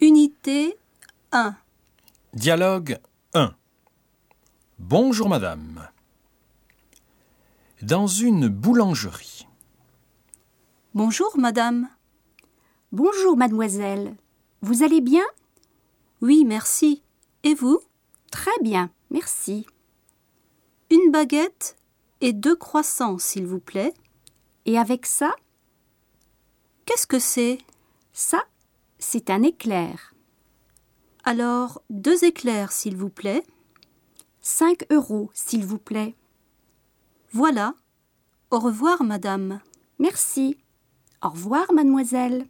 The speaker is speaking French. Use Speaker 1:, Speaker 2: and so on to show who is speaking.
Speaker 1: Unité 1.
Speaker 2: Dialogue 1 Bonjour madame. Dans une boulangerie,
Speaker 1: Bonjour, madame.
Speaker 3: Bonjour, mademoiselle. Vous allez bien
Speaker 1: Oui, merci. Et vous
Speaker 3: Très bien, merci.
Speaker 1: Une baguette et deux croissants, s'il vous plaît.
Speaker 3: Et avec ça,
Speaker 1: Qu'est-ce que c'est
Speaker 3: ça, c'est un éclair.
Speaker 1: Alors, deux éclairs, s'il vous plaît.
Speaker 3: 5 euros, s'il vous plaît.
Speaker 1: Voilà. Au revoir, madame.
Speaker 3: Merci. Au revoir, mademoiselle.